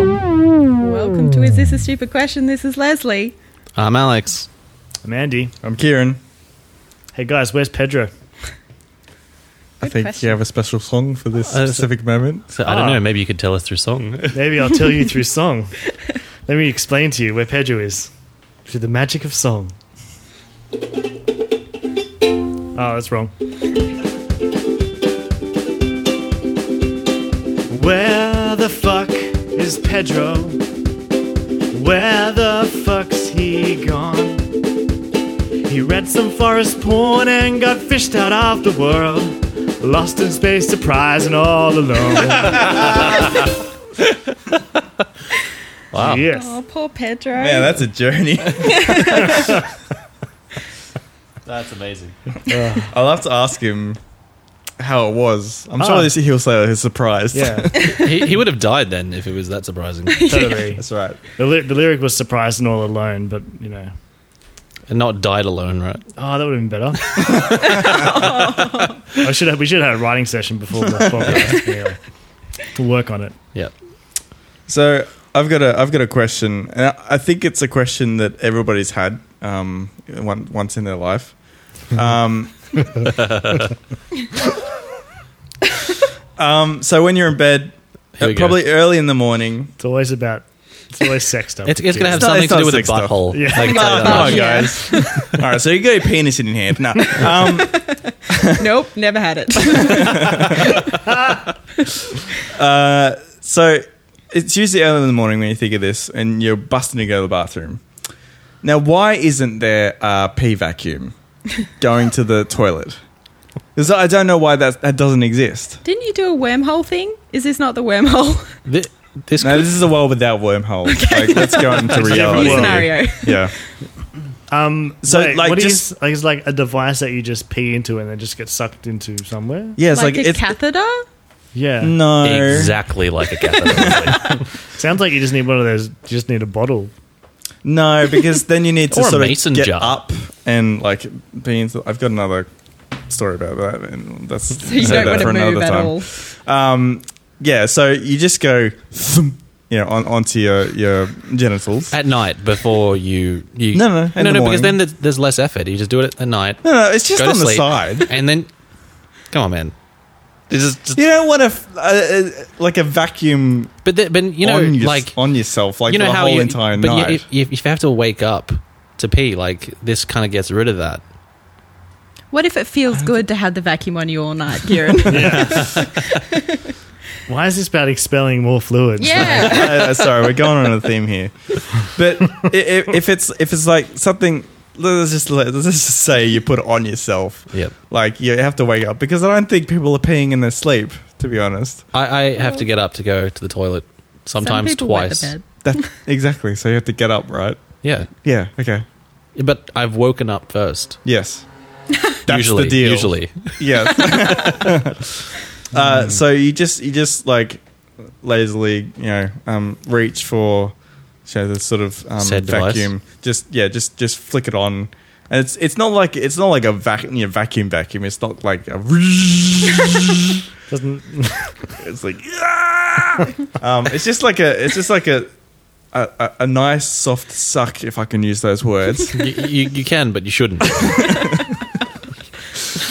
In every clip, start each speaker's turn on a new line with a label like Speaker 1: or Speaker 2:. Speaker 1: Welcome to Is This a Stupid Question? This is Leslie.
Speaker 2: I'm Um, Alex.
Speaker 3: I'm Andy.
Speaker 4: I'm Kieran.
Speaker 3: Hey guys, where's Pedro?
Speaker 4: I
Speaker 1: Good
Speaker 4: think
Speaker 1: question.
Speaker 4: you have a special song for this
Speaker 2: Uh, so-
Speaker 4: specific moment.
Speaker 2: So I don't
Speaker 3: Ah.
Speaker 2: know. Maybe you could tell us through song.
Speaker 3: Maybe I'll tell you through song. Let me explain to you where Pedro is through the magic of song. Oh, that's wrong. Where the fuck is Pedro? Where the fuck's he gone? He read some forest porn and got fished out of the world. Lost in space, surprised and all alone.
Speaker 2: Wow.
Speaker 3: yes.
Speaker 1: Oh, poor Pedro.
Speaker 4: Man, that's a journey.
Speaker 2: That's amazing.
Speaker 4: I'll have to ask him how it was. I'm
Speaker 3: Ah.
Speaker 4: sure this- he'll say he's surprised.
Speaker 3: Yeah,
Speaker 2: he, he would have died then if it was that surprising.
Speaker 3: totally.
Speaker 4: That's right.
Speaker 3: the, ly- the lyric was surprised and all alone, but you know,
Speaker 2: and not died alone, right?
Speaker 3: oh, that would have been better. I should have, we should have had a writing session before the podcast. yeah. We'll work on it.
Speaker 2: Yeah.
Speaker 4: So I've got a I've got a question, and I, I think it's a question that everybody's had um, one, once in their life. Um, um, so when you're in bed,
Speaker 2: Here we go.
Speaker 4: probably early in the morning.
Speaker 3: It's always about it's always sex stuff.
Speaker 2: It's, it's going to have
Speaker 4: It's not-
Speaker 2: something
Speaker 4: it's
Speaker 2: to
Speaker 4: not
Speaker 2: do with a
Speaker 4: sex stuff.
Speaker 2: butthole.
Speaker 3: Yeah.
Speaker 2: I can tell you
Speaker 1: Oh,
Speaker 2: that
Speaker 4: Oh,
Speaker 2: much.
Speaker 1: yeah.
Speaker 4: guys! All right, so you got your penis in your hand. No, um,
Speaker 1: nope, never had it.
Speaker 4: Uh, so it's usually early in the morning when you think of this, and you're busting to go to the bathroom. Now, why isn't there a pee vacuum going to the toilet? 'Cause I don't know why that that doesn't exist.
Speaker 1: Didn't you do a wormhole thing? Is this not the wormhole
Speaker 2: Thi- This
Speaker 4: Now,
Speaker 2: could-
Speaker 4: this is a world without wormhole. Like, let's go into
Speaker 3: a different
Speaker 4: reality.
Speaker 3: world.
Speaker 1: scenario?
Speaker 4: Yeah.
Speaker 3: um,
Speaker 4: So, like,
Speaker 3: what do you
Speaker 4: just-
Speaker 3: s- like, it's like a device that you just pee into and then just get sucked into somewhere.
Speaker 4: Yeah, it's
Speaker 1: like,
Speaker 4: like,
Speaker 1: a
Speaker 4: it's
Speaker 1: catheter?
Speaker 3: Yeah,
Speaker 4: no.
Speaker 2: exactly like a catheter.
Speaker 3: sounds like you just need one of those. You just need a bottle.
Speaker 4: No, because then you need to
Speaker 2: Or a
Speaker 4: sort
Speaker 2: mason
Speaker 4: of get
Speaker 2: jar.
Speaker 4: up and like be into. I've got another story about that, and that's
Speaker 1: So you don't want to move at all.
Speaker 4: Um, yeah, so you just go, thump, you know, on, onto your, your genitals.
Speaker 2: at night before you, you
Speaker 4: No, no,
Speaker 2: no,
Speaker 4: in the
Speaker 2: no, because
Speaker 4: morning.
Speaker 2: then there's, there's less effort. You just do it at night,
Speaker 4: No, no, it's just
Speaker 2: Go to
Speaker 4: on the
Speaker 2: sleep.
Speaker 4: side.
Speaker 2: and then come on, man. This is just,
Speaker 4: You don't want to f- uh, uh, like a vacuum
Speaker 2: but the, but you know
Speaker 4: on, your,
Speaker 2: like
Speaker 4: on yourself, like
Speaker 2: you know
Speaker 4: the
Speaker 2: how
Speaker 4: whole
Speaker 2: you,
Speaker 4: entire
Speaker 2: but you-
Speaker 4: night.
Speaker 2: if, if if you have to wake up to pee, like this kind of gets rid of that.
Speaker 1: What if it feels good to have the vacuum on you all night, Kieran?
Speaker 3: Why is this about expelling more fluids?
Speaker 1: yeah.
Speaker 4: Uh, sorry, we're going on a theme here. But i- i- if it's if it's like something, let's just let- let's just say you put it on yourself.
Speaker 2: Yep.
Speaker 4: Like you have to wake up because I don't think people are peeing in their sleep. To be honest,
Speaker 2: I, I have to get up to go to the toilet sometimes
Speaker 1: Some people wet the
Speaker 2: twice.
Speaker 1: bed.
Speaker 4: that exactly. So you have to get up, right?
Speaker 2: Yeah,
Speaker 4: Yeah. Okay.
Speaker 2: but I've woken up first.
Speaker 4: Yes. That's
Speaker 2: usually,
Speaker 4: the deal.
Speaker 2: usually,
Speaker 4: Yes. uh, so you just you just like lazily, you know, um, reach for so the sort of um,
Speaker 2: Said device.
Speaker 4: vacuum. Just yeah, just just flick it on. And it's it's not like it's not like a vacuum you know, vacuum vacuum. It's not like a
Speaker 3: Doesn't
Speaker 4: it's like "Ah!" um, it's just like a it's just like a a, a, a nice soft suck if I can use those words.
Speaker 2: you, you, you can, but you shouldn't.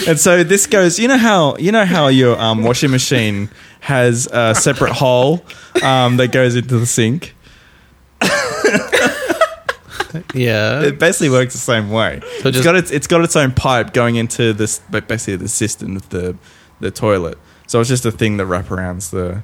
Speaker 4: And so this goes. You know how you know how your um, washing machine has a separate hole um, that goes into the sink.
Speaker 2: Yeah,
Speaker 4: It basically works the same way.
Speaker 2: So
Speaker 4: it's
Speaker 2: just-
Speaker 4: got its, it's got its own pipe going into this ba- basically the system of the the toilet. So it's just a thing that wraparounds the,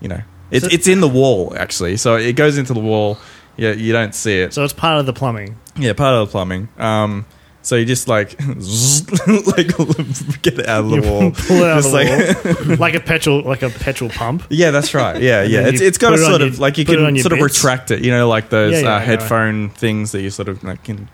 Speaker 4: you know, it's it's in the wall actually. So it goes into the wall. Yeah, you don't see it.
Speaker 3: so it's part of the plumbing.
Speaker 4: Yeah, part of the plumbing. Um, so you just like like get it out of the wall.
Speaker 3: Pull it out of
Speaker 4: Just
Speaker 3: the
Speaker 4: like-
Speaker 3: wall. like a petrol, like a petrol pump.
Speaker 4: Yeah, that's right. Yeah, yeah.
Speaker 3: then
Speaker 4: It's,
Speaker 3: you
Speaker 4: it's got a
Speaker 3: put it on
Speaker 4: sort
Speaker 3: your-
Speaker 4: of like you
Speaker 3: put it
Speaker 4: can
Speaker 3: on your
Speaker 4: sort of
Speaker 3: bits.
Speaker 4: retract it. You know, like those
Speaker 3: Yeah, yeah,
Speaker 4: uh,
Speaker 3: I know.
Speaker 4: headphone things that you sort of like can.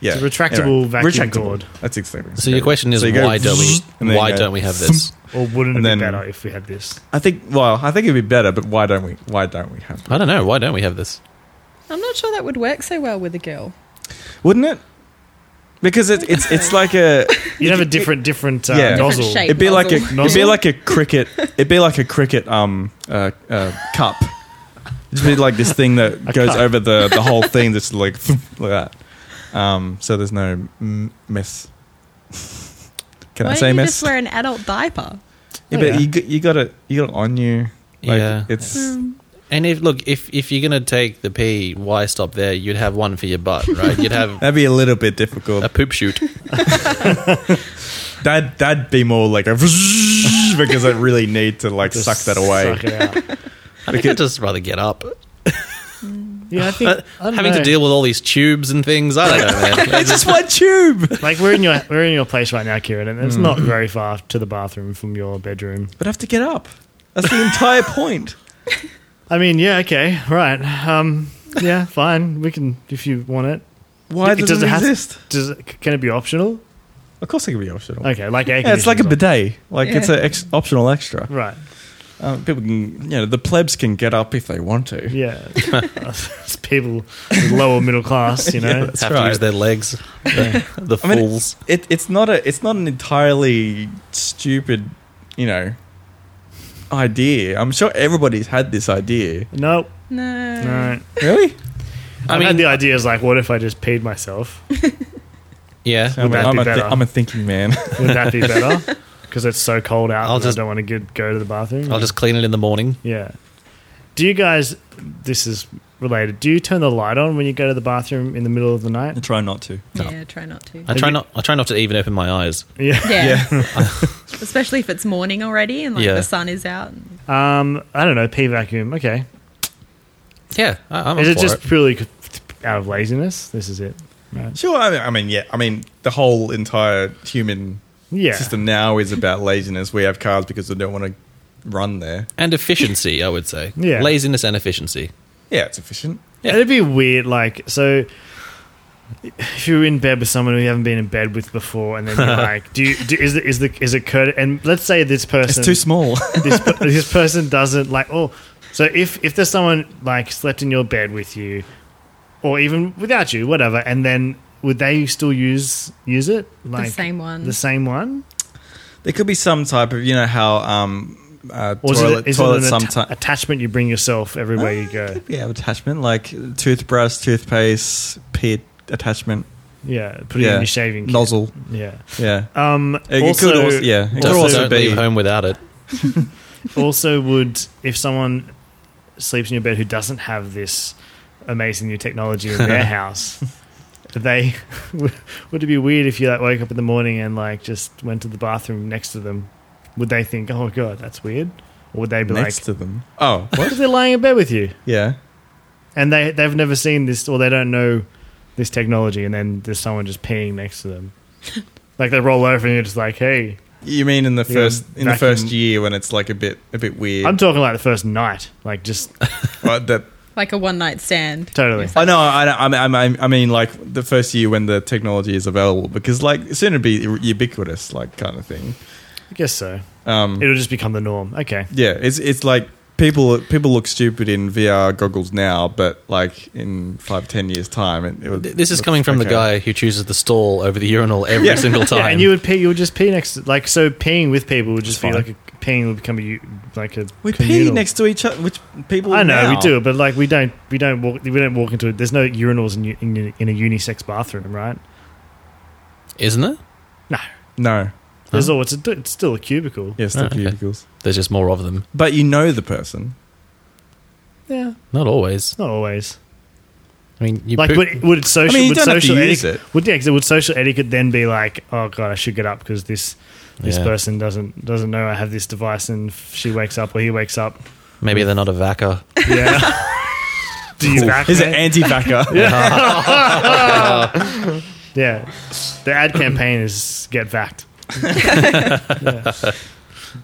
Speaker 4: Yeah,
Speaker 3: It's a retractable vacuum cord.
Speaker 4: That's exactly.
Speaker 2: So your question is
Speaker 4: So you go
Speaker 2: why don't we
Speaker 4: and then
Speaker 2: why
Speaker 4: go
Speaker 2: don't we have this?
Speaker 3: Or wouldn't it
Speaker 4: And
Speaker 3: be
Speaker 4: then-
Speaker 3: better if we had this?
Speaker 4: I think. Well, I think it'd be better, but why don't we? Why don't we have?
Speaker 2: I don't know. Why don't we have this?
Speaker 1: I'm not sure that would work so well with a girl.
Speaker 4: Wouldn't it? because it, it's it's like a
Speaker 3: You'd have a different different uh,
Speaker 4: Yeah. Different
Speaker 1: Different
Speaker 3: nozzle.
Speaker 1: shape.
Speaker 4: it'd be like a
Speaker 3: Nozzle.
Speaker 4: it'd be like a cricket it'd be like a cricket um uh, uh, cup. It'd be like this thing that goes
Speaker 3: cup.
Speaker 4: over the the whole thing. That's like like that. Um, so there's no m- mess.
Speaker 1: Why
Speaker 4: Can I
Speaker 1: don't
Speaker 4: say
Speaker 1: you
Speaker 4: mess?
Speaker 1: just wear an adult diaper?
Speaker 4: Yeah,
Speaker 3: Oh,
Speaker 4: but
Speaker 3: yeah.
Speaker 4: you g- you got it you got it on you. Like,
Speaker 2: Yeah.
Speaker 4: it's
Speaker 1: Hmm.
Speaker 2: And if look, if if you're gonna take the pee, why stop there? You'd have one for your butt, right? You'd have
Speaker 4: that'd be a little bit
Speaker 2: a
Speaker 4: difficult.
Speaker 2: poop shoot.
Speaker 4: That that'd be more like a because I really need to like
Speaker 3: Just
Speaker 4: suck that away.
Speaker 3: suck it out.
Speaker 2: I think I'd just rather get up.
Speaker 3: Yeah, I think
Speaker 2: Uh,
Speaker 3: I don't
Speaker 2: Having
Speaker 3: know.
Speaker 2: to deal with all these tubes and things, I don't know, man.
Speaker 4: It's just one tube.
Speaker 3: Like we're in your we're in your place right now, Kieran, and
Speaker 4: Hmm.
Speaker 3: it's not very far to the bathroom from your bedroom.
Speaker 4: But I have to get up. That's the entire point.
Speaker 3: I mean, yeah, okay, right. Um, yeah, fine. We can if you want it.
Speaker 4: Why
Speaker 3: It
Speaker 4: does,
Speaker 3: doesn't
Speaker 4: it
Speaker 3: have-
Speaker 4: exist?
Speaker 3: Does it, can it be optional?
Speaker 4: Of course, it can be optional.
Speaker 3: Okay, like air
Speaker 4: yeah, it's like a
Speaker 3: conditioners
Speaker 4: bidet. Like it's an ex- optional extra.
Speaker 3: on. Right.
Speaker 4: Um, people can, you know, the plebs can get up if they want to.
Speaker 3: Yeah. it's people with lower middle class, you know.
Speaker 4: that's
Speaker 2: have to
Speaker 4: right.
Speaker 2: use their legs. the
Speaker 4: I mean,
Speaker 2: fools.
Speaker 4: It, it's not a, it's not an entirely stupid, you know, idea. I'm sure everybody's had this idea.
Speaker 3: Nope.
Speaker 1: No.
Speaker 3: No.
Speaker 4: Really?
Speaker 3: I
Speaker 2: I
Speaker 3: mean,
Speaker 2: mean-
Speaker 3: had the idea is like, what if I just peed myself?
Speaker 2: yeah.
Speaker 4: I'm,
Speaker 3: that
Speaker 4: a- I'm
Speaker 3: be
Speaker 4: a
Speaker 3: better?
Speaker 4: I'm a thinking man.
Speaker 3: Would that be better? Because it's so cold out.
Speaker 2: I'll
Speaker 3: and
Speaker 2: just-
Speaker 3: I don't want to get, go to the bathroom.
Speaker 2: I'll just clean it in the morning.
Speaker 3: Yeah. Do you guys? This is related. Do you turn the light on when you go to the bathroom in the middle of the night?
Speaker 4: I try not to.
Speaker 1: Yeah, try not to.
Speaker 2: I try not. I try not to even open my eyes.
Speaker 3: Yeah.
Speaker 1: yeah. Especially if it's morning already and like
Speaker 2: Yeah.
Speaker 1: the sun is out. and-
Speaker 3: Um. I don't know. Pee vacuum. Okay.
Speaker 2: Yeah, I, I'm
Speaker 3: Is
Speaker 2: up
Speaker 3: it
Speaker 2: for
Speaker 3: just
Speaker 2: it.
Speaker 3: purely c- out of laziness? This is it. Right.
Speaker 4: Sure. I mean, I mean, yeah. I mean, the whole entire human
Speaker 3: Yeah.
Speaker 4: system now is about laziness. We have cars because we don't want to run there.
Speaker 2: and efficiency? I would say.
Speaker 3: Yeah.
Speaker 2: laziness and efficiency.
Speaker 4: Yeah, it's efficient.
Speaker 2: Yeah.
Speaker 3: It'd be weird, like so. If you're in bed with someone who you haven't been in bed with before, and then you're like, do you do, is the is the is it curt? And let's say this person,
Speaker 4: It's too small.
Speaker 3: this, per- this person doesn't like. Oh, so if if there's someone like slept in your bed with you, or even without you, whatever, and then would they still use use it? Like
Speaker 1: same one.
Speaker 3: the same one,
Speaker 4: There could be some type of, you know, how um, uh,
Speaker 3: or is
Speaker 4: toilet,
Speaker 3: it, is
Speaker 4: toilet
Speaker 3: it an atta-
Speaker 4: sometimes.
Speaker 3: attachment you bring yourself everywhere you go?
Speaker 4: yeah, attachment like toothbrush, toothpaste, pit attachment,
Speaker 3: Yeah, put it
Speaker 4: yeah,
Speaker 3: in your shaving kit.
Speaker 4: nozzle.
Speaker 3: Yeah.
Speaker 4: Yeah,
Speaker 3: Um,
Speaker 4: It could
Speaker 3: also,
Speaker 4: also- yeah, it could
Speaker 2: Don't,
Speaker 4: Also
Speaker 2: don't
Speaker 4: be-
Speaker 2: leave home without it.
Speaker 3: also would if someone sleeps in your bed who doesn't have this amazing new technology in their house they would it be weird if you like woke up in the morning and like just went to the bathroom next to them would they think oh god that's weird or would they be
Speaker 4: next
Speaker 3: like
Speaker 4: to them. Oh,
Speaker 3: what if they're lying in bed with you
Speaker 4: yeah.
Speaker 3: and they they've never seen this or they don't know this technology and then there's someone just peeing next to them like they roll over and you're just like hey
Speaker 4: You mean in the
Speaker 3: Yeah,
Speaker 4: first in the
Speaker 3: vacuum-
Speaker 4: first year when it's like a bit a bit weird?
Speaker 3: i'm talking like the first night like just
Speaker 4: but that
Speaker 1: Like a one night stand.
Speaker 3: Totally.
Speaker 4: I know. I, I, mean- I, mean- I mean, like the first year when the technology is available, because like soon it'd be ubiquitous, like kind of thing.
Speaker 3: i guess so
Speaker 4: Um,
Speaker 3: it'll just become the norm okay
Speaker 4: Yeah, it's it's like people people look stupid in VR goggles now, but like in five ten years time, it, it would,
Speaker 2: Th- This is coming from the
Speaker 4: okay.
Speaker 2: guy who chooses the stall over the urinal every
Speaker 4: Yeah.
Speaker 2: single time.
Speaker 3: Yeah, and you would pee. You would just pee next. To, like so, peeing with people would just
Speaker 2: It's
Speaker 3: be
Speaker 2: fine.
Speaker 3: like a, peeing would become a u- like a.
Speaker 4: We pee
Speaker 3: communal-
Speaker 4: next to each other, which people.
Speaker 3: I know
Speaker 4: now-
Speaker 3: we do, but like we don't. We don't walk. We don't walk into it. There's no urinals in u- in, in a unisex bathroom, right?
Speaker 2: Isn't there?
Speaker 3: No.
Speaker 4: No,
Speaker 3: There's
Speaker 2: Huh?
Speaker 3: always it's, a, it's still a cubicle.
Speaker 4: yes, the
Speaker 2: Oh, okay.
Speaker 4: cubicles,
Speaker 2: There's just more of them.
Speaker 4: but you know the person.
Speaker 3: Yeah,
Speaker 2: Not always.
Speaker 3: it's not always.
Speaker 2: I mean, you
Speaker 3: Like
Speaker 2: poop-
Speaker 3: would, would social?
Speaker 4: I mean, you
Speaker 3: would
Speaker 4: don't have to
Speaker 3: social
Speaker 4: use
Speaker 3: etiquette,
Speaker 4: it.
Speaker 3: Would yeah, 'cause would social etiquette then be like, oh god, I should get up because this this
Speaker 2: Yeah.
Speaker 3: person doesn't doesn't know I have this device, and if she wakes up or he wakes up.
Speaker 2: maybe they're not a vacker.
Speaker 3: Yeah. Do you back
Speaker 4: Is
Speaker 3: me?
Speaker 4: it anti-vacker?
Speaker 3: Yeah. The ad campaign is get vacked.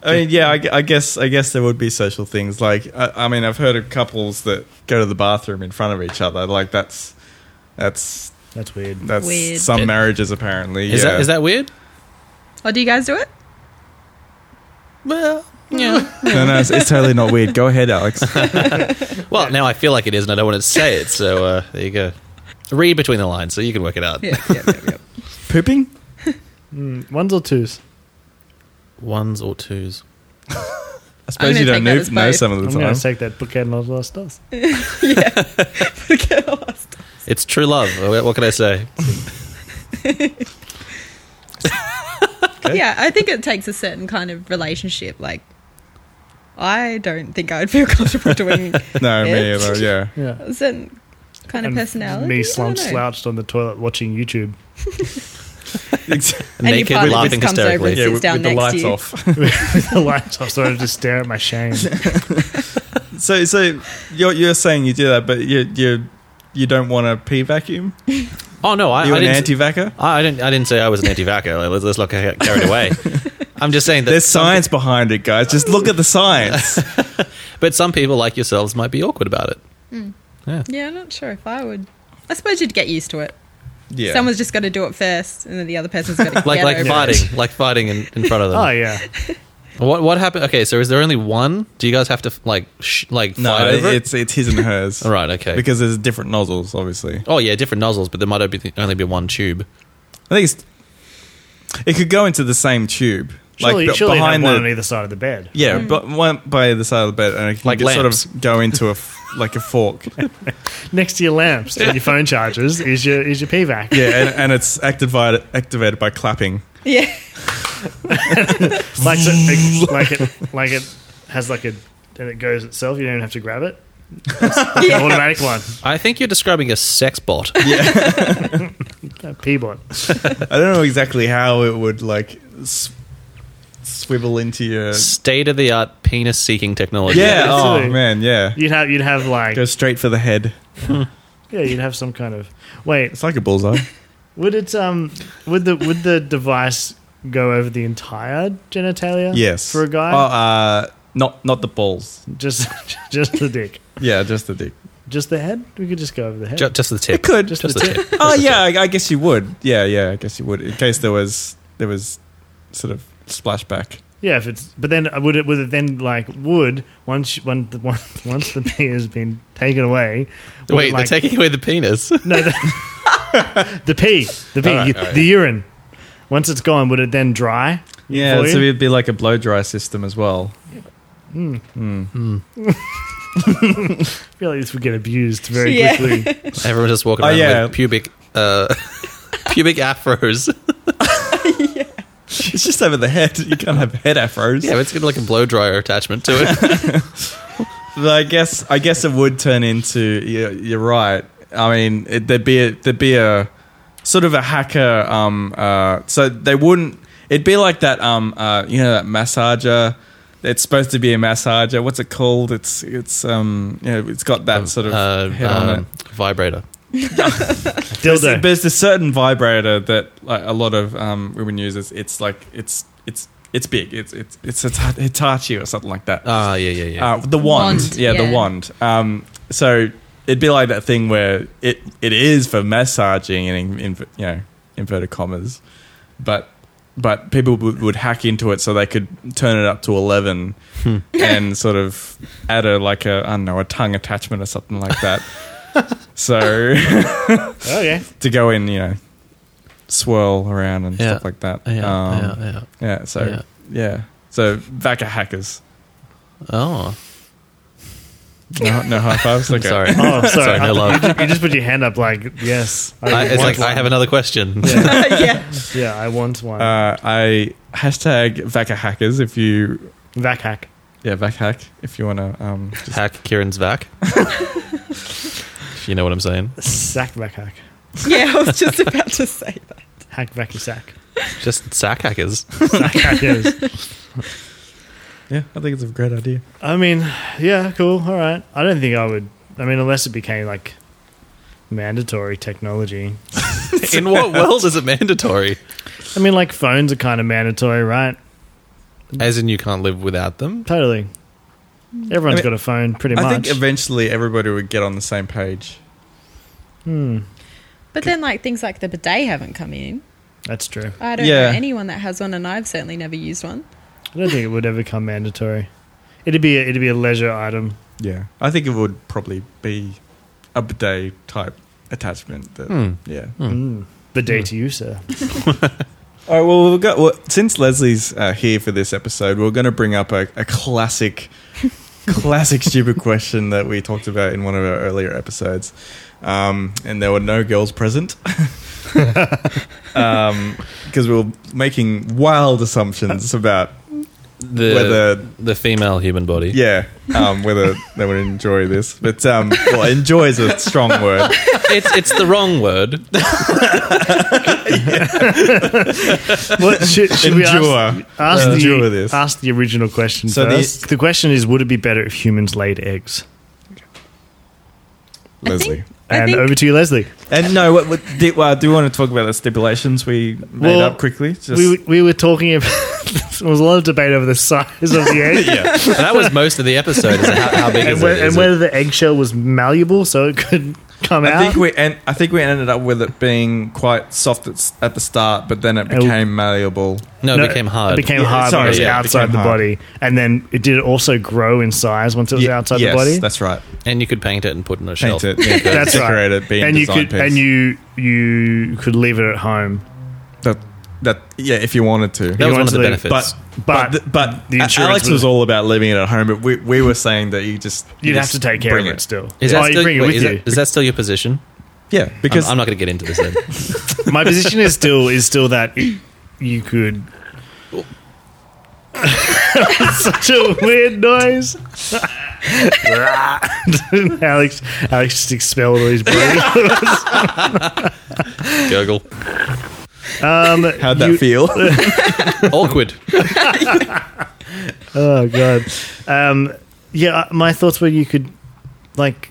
Speaker 4: I mean, yeah, I, gu- I guess I guess there would be social things like I, I mean, I've heard of couples that go to the bathroom in front of each other. Like that's that's
Speaker 3: That's weird.
Speaker 4: that's
Speaker 1: Weird.
Speaker 4: some marriages apparently.
Speaker 2: Is
Speaker 4: yeah.
Speaker 2: that is that weird?
Speaker 1: Oh, do you guys do it?
Speaker 2: Well, yeah.
Speaker 4: no, no, it's, it's totally not weird. Go ahead, Alex.
Speaker 2: Well, now I feel like it is, and I don't want to say it. So uh, there you go. Read between the lines, so you can work it out.
Speaker 1: Yeah. yeah, yeah, yeah.
Speaker 4: Pooping?
Speaker 3: Mm, ones or twos?
Speaker 2: Ones or twos.
Speaker 4: I suppose
Speaker 1: gonna
Speaker 4: you don't
Speaker 1: take that
Speaker 4: know,
Speaker 1: as
Speaker 4: know
Speaker 1: both.
Speaker 4: some of
Speaker 3: I'm
Speaker 4: the
Speaker 3: going
Speaker 4: time.
Speaker 3: to take that book out of Lost Stars.
Speaker 2: It's true love. What what can I say?
Speaker 1: Yeah, I think it takes a certain kind of relationship. Like, I don't think I would feel comfortable doing
Speaker 4: no, me
Speaker 1: Yeah.
Speaker 4: either. Yeah.
Speaker 3: Yeah.
Speaker 1: a certain kind of personality. I
Speaker 3: Me
Speaker 1: don't
Speaker 3: slumped
Speaker 1: know.
Speaker 3: slouched on the toilet watching YouTube.
Speaker 4: Ex-
Speaker 1: And your
Speaker 2: Naked,
Speaker 1: partner just
Speaker 2: laughing
Speaker 1: comes over and
Speaker 2: hysterically.
Speaker 1: sits
Speaker 4: yeah, with,
Speaker 1: down
Speaker 4: with the
Speaker 1: next to
Speaker 4: lights
Speaker 1: you.
Speaker 4: off.
Speaker 3: With the lights off, so I just stare at my shame.
Speaker 4: so, so you're you're saying you do that, but you you you don't want to pee vacuum.
Speaker 2: Oh no, I,
Speaker 4: You're
Speaker 2: I
Speaker 4: an
Speaker 2: didn't.
Speaker 4: anti-vacker.
Speaker 2: I, I didn't. I didn't say I was an anti-vaxxer. Like, let's, let's not get carried away. I'm just saying that.
Speaker 4: There's
Speaker 2: some-
Speaker 4: science behind it, guys. Just look at the science.
Speaker 2: but some people like yourselves might be awkward about it.
Speaker 1: Yeah, I'm not sure if I would. I suppose you'd get used to it.
Speaker 4: yeah.
Speaker 1: Someone's just got to do it first, and then the other person's got to
Speaker 2: Like
Speaker 1: get
Speaker 2: like
Speaker 1: over it.
Speaker 2: fighting, like fighting in, in front of them.
Speaker 3: Oh, yeah.
Speaker 2: What what happened? Okay, so is there only one? Do you guys have to like sh- like
Speaker 4: no,
Speaker 2: fight over it?
Speaker 4: it's it's his and hers.
Speaker 2: All right, okay.
Speaker 4: Because there's different nozzles, obviously.
Speaker 2: oh yeah, different nozzles, but there might be only be one tube.
Speaker 4: I think it's, it could go into the same tube,
Speaker 3: Surely,
Speaker 4: be-
Speaker 3: surely behind
Speaker 4: behind
Speaker 3: one
Speaker 4: the
Speaker 3: on either side of the bed.
Speaker 4: yeah, but one by the side of the bed, and it can
Speaker 2: Like
Speaker 4: just sort
Speaker 2: lamps.
Speaker 4: of go into a f- like a fork. yeah,
Speaker 3: Next to your lamps and your phone chargers is your is your PVAC.
Speaker 4: and, and it's activated activated by clapping.
Speaker 1: Yeah,
Speaker 3: Like, so, it, like it like it has like a and it goes itself. You don't even have to grab it. It's an automatic one.
Speaker 2: I think you're describing a sex bot.
Speaker 3: A P-bot.
Speaker 4: I don't know exactly how it would like s- swivel into your.
Speaker 2: State of the art penis seeking technology.
Speaker 4: Yeah.
Speaker 3: Absolutely.
Speaker 4: Oh man. Yeah.
Speaker 3: You'd have you'd have like
Speaker 4: Go straight for the head.
Speaker 3: yeah you'd have some kind of wait
Speaker 4: It's like a bullseye.
Speaker 3: would it um would the would the device go over the entire genitalia?
Speaker 4: yes.
Speaker 3: for a guy,
Speaker 4: Oh, uh, not not the balls.
Speaker 3: just just the dick,
Speaker 4: Yeah, just the dick.
Speaker 3: just the head. We could just go over the head.
Speaker 2: Ju- just the tip.
Speaker 4: It could.
Speaker 2: Just,
Speaker 3: Just
Speaker 2: the
Speaker 3: the
Speaker 2: tip. Just
Speaker 4: Oh
Speaker 2: the
Speaker 4: yeah,
Speaker 2: tip.
Speaker 4: I, I guess you would. Yeah, yeah, I guess you would. In case there was there was sort of splashback.
Speaker 3: Yeah, if it's but then uh, would it would it then like would once when the one- once the pee has been taken away? would
Speaker 2: Wait,
Speaker 3: it, like,
Speaker 2: they're taking away the penis.
Speaker 3: no the, the pee the pee
Speaker 2: All right,
Speaker 3: you-
Speaker 2: all right.
Speaker 3: the urine. Once it's gone, would it then dry?
Speaker 4: Yeah,
Speaker 3: For
Speaker 4: so
Speaker 3: you?
Speaker 4: it'd be like a blow dry system as well.
Speaker 3: I feel like this would get abused very
Speaker 1: Yeah.
Speaker 3: quickly.
Speaker 2: Everyone just walking
Speaker 4: Oh,
Speaker 2: around
Speaker 4: yeah.
Speaker 2: with pubic uh, pubic afros.
Speaker 4: It's just over the head. You can't have head afros.
Speaker 2: Yeah, it's got like a blow dryer attachment to it.
Speaker 4: But I guess I guess it would turn into. You're, you're right. I mean, it, there'd be a, there'd be a sort of a hacker. Um, uh, so they wouldn't. It'd be like that. Um, uh, you know that massager. It's supposed to be a massager. What's it called? It's it's um you know it's got that sort of
Speaker 2: uh,
Speaker 4: head on it.
Speaker 2: um, vibrator.
Speaker 4: There's,
Speaker 3: Dildo.
Speaker 4: there's a certain vibrator that like, a lot of um, women use. It's, it's like it's it's it's big. It's it's it's a ta- Hitachi or something like that.
Speaker 2: Ah, yeah, yeah, yeah.
Speaker 4: Uh, the wand,
Speaker 1: Wand,
Speaker 4: yeah,
Speaker 1: yeah.
Speaker 4: the wand. Um, so it'd be like that thing where it it is for massaging and in, in, you know inverted commas, but but people would would hack into it so they could turn it up to eleven
Speaker 2: Hmm.
Speaker 4: and sort of add a like a I don't know a tongue attachment or something like that. so
Speaker 3: Okay,
Speaker 4: to go in, you know, swirl around and
Speaker 2: Yeah.
Speaker 4: stuff like that.
Speaker 2: yeah,
Speaker 4: Um,
Speaker 2: yeah, yeah.
Speaker 4: yeah, So
Speaker 2: Yeah.
Speaker 4: yeah. So Vaca hackers.
Speaker 2: Oh,
Speaker 4: No, no high fives.
Speaker 2: I'm
Speaker 4: Okay.
Speaker 2: sorry.
Speaker 3: Oh, I'm
Speaker 2: sorry,
Speaker 3: sorry.
Speaker 2: no
Speaker 3: I- you,
Speaker 2: love.
Speaker 3: just, you just put your hand up like yes.
Speaker 2: I, it's
Speaker 3: want
Speaker 2: like I have
Speaker 3: one.
Speaker 2: another question.
Speaker 1: yeah.
Speaker 3: Yeah, I want one.
Speaker 4: Uh, I hashtag Vaca hackers if you
Speaker 3: Vac hack.
Speaker 4: yeah Vaca hack if you want to um just
Speaker 2: Hack Kieran's vac. If you know what I'm saying.
Speaker 3: Sack vac hack.
Speaker 1: Yeah, I was just about to say that.
Speaker 3: Hack vac sack.
Speaker 2: Just sack hackers.
Speaker 3: Sack hackers.
Speaker 4: yeah I think it's a great idea.
Speaker 3: I mean, yeah, cool. All right. I don't think I would. I mean, unless it became like mandatory technology.
Speaker 2: In what world is it mandatory?
Speaker 3: I mean, like phones are kind of mandatory, right?
Speaker 2: As in, you can't live without them.
Speaker 3: Totally. Everyone's
Speaker 4: I mean,
Speaker 3: got a phone, pretty
Speaker 4: I
Speaker 3: much.
Speaker 4: think eventually everybody would get on the same page.
Speaker 3: hmm,
Speaker 1: But then, like things like the bidet haven't come in.
Speaker 3: that's true.
Speaker 1: I don't
Speaker 4: Yeah.
Speaker 1: know anyone that has one, and I've certainly never used one.
Speaker 3: I don't think it would ever become mandatory. It'd be a, it'd be a leisure item.
Speaker 4: Yeah, I think it would probably be a bidet type attachment. That,
Speaker 2: Hmm.
Speaker 4: Yeah,
Speaker 3: Mm. The day to you, sir.
Speaker 4: All right. Well, we've got well, since Leslie's uh, here for this episode, we're going to bring up a, a classic, classic stupid question that we talked about in one of our earlier episodes, um, and there were no girls present because we were making wild assumptions about
Speaker 2: The
Speaker 4: Whether-
Speaker 2: the female human body.
Speaker 4: yeah um, whether they would enjoy this. But um, well, enjoy is a strong word.
Speaker 2: It's it's the wrong word.
Speaker 3: What should, should we
Speaker 4: Endure.
Speaker 3: ask? Ask,
Speaker 4: Endure
Speaker 3: the,
Speaker 4: this.
Speaker 3: ask the original question
Speaker 4: So the-
Speaker 3: first. The, question is: Would it be better if humans laid eggs?
Speaker 4: Leslie.
Speaker 1: think- I
Speaker 3: and
Speaker 1: think-
Speaker 3: over to you, Leslie.
Speaker 4: And no, what, what, do, uh, do you want to talk about the stipulations we made
Speaker 3: Well,
Speaker 4: up quickly? Just,
Speaker 3: we, we were talking about there was a lot of debate over the size of the egg
Speaker 4: yeah.
Speaker 2: And that was most of the episode. Is how, how big
Speaker 3: and,
Speaker 2: is
Speaker 3: whe-
Speaker 2: it? Is
Speaker 3: and
Speaker 2: it-
Speaker 3: whether the eggshell was malleable so it could come
Speaker 4: I
Speaker 3: out.
Speaker 4: think we en- I think we ended up with it being quite soft at, s- at the start, but then it
Speaker 3: Oh.
Speaker 4: became malleable.
Speaker 2: no,
Speaker 3: No,
Speaker 2: it became hard.
Speaker 3: It became
Speaker 4: Yeah,
Speaker 3: hard
Speaker 4: sorry,
Speaker 3: when it was
Speaker 2: yeah, it
Speaker 3: outside
Speaker 4: became
Speaker 3: the
Speaker 4: hard.
Speaker 3: body, and then it did also grow in size once it was
Speaker 4: Ye-
Speaker 3: outside
Speaker 4: yes,
Speaker 3: the body.
Speaker 4: That's right.
Speaker 2: and you could paint it and put it in a
Speaker 4: Paint
Speaker 2: shelf.
Speaker 4: it. Yeah,
Speaker 3: That's
Speaker 4: decorate
Speaker 3: right.
Speaker 4: it. Be
Speaker 3: and
Speaker 4: a
Speaker 3: you
Speaker 4: design
Speaker 3: could
Speaker 4: piece.
Speaker 3: and you you could leave it at home,
Speaker 4: that, that yeah, if you wanted to.
Speaker 2: That was one of the
Speaker 3: Eventually,
Speaker 2: benefits.
Speaker 4: but
Speaker 3: but
Speaker 4: but but
Speaker 3: the
Speaker 4: A-
Speaker 3: insurance
Speaker 4: Alex
Speaker 3: would-
Speaker 4: was all about leaving it at home, but we, we were saying that you just you
Speaker 3: you'd have
Speaker 4: just
Speaker 3: to take care
Speaker 4: bring
Speaker 3: of it, still.
Speaker 2: is
Speaker 3: oh,
Speaker 2: that
Speaker 3: you
Speaker 2: still,
Speaker 3: bring it
Speaker 2: wait,
Speaker 3: with
Speaker 2: is
Speaker 3: you.
Speaker 2: that- is that still your position?
Speaker 4: Yeah,
Speaker 2: I'm,
Speaker 4: because
Speaker 2: I'm not going to get into this then.
Speaker 3: My position is still is still that it- you could. Such a weird noise. Alex, Alex just expelled all his brain.
Speaker 2: Gurgle.
Speaker 3: Um,
Speaker 4: how'd that
Speaker 3: you-
Speaker 4: feel?
Speaker 2: Awkward.
Speaker 3: Oh god. Um, yeah, I- my thoughts were you could like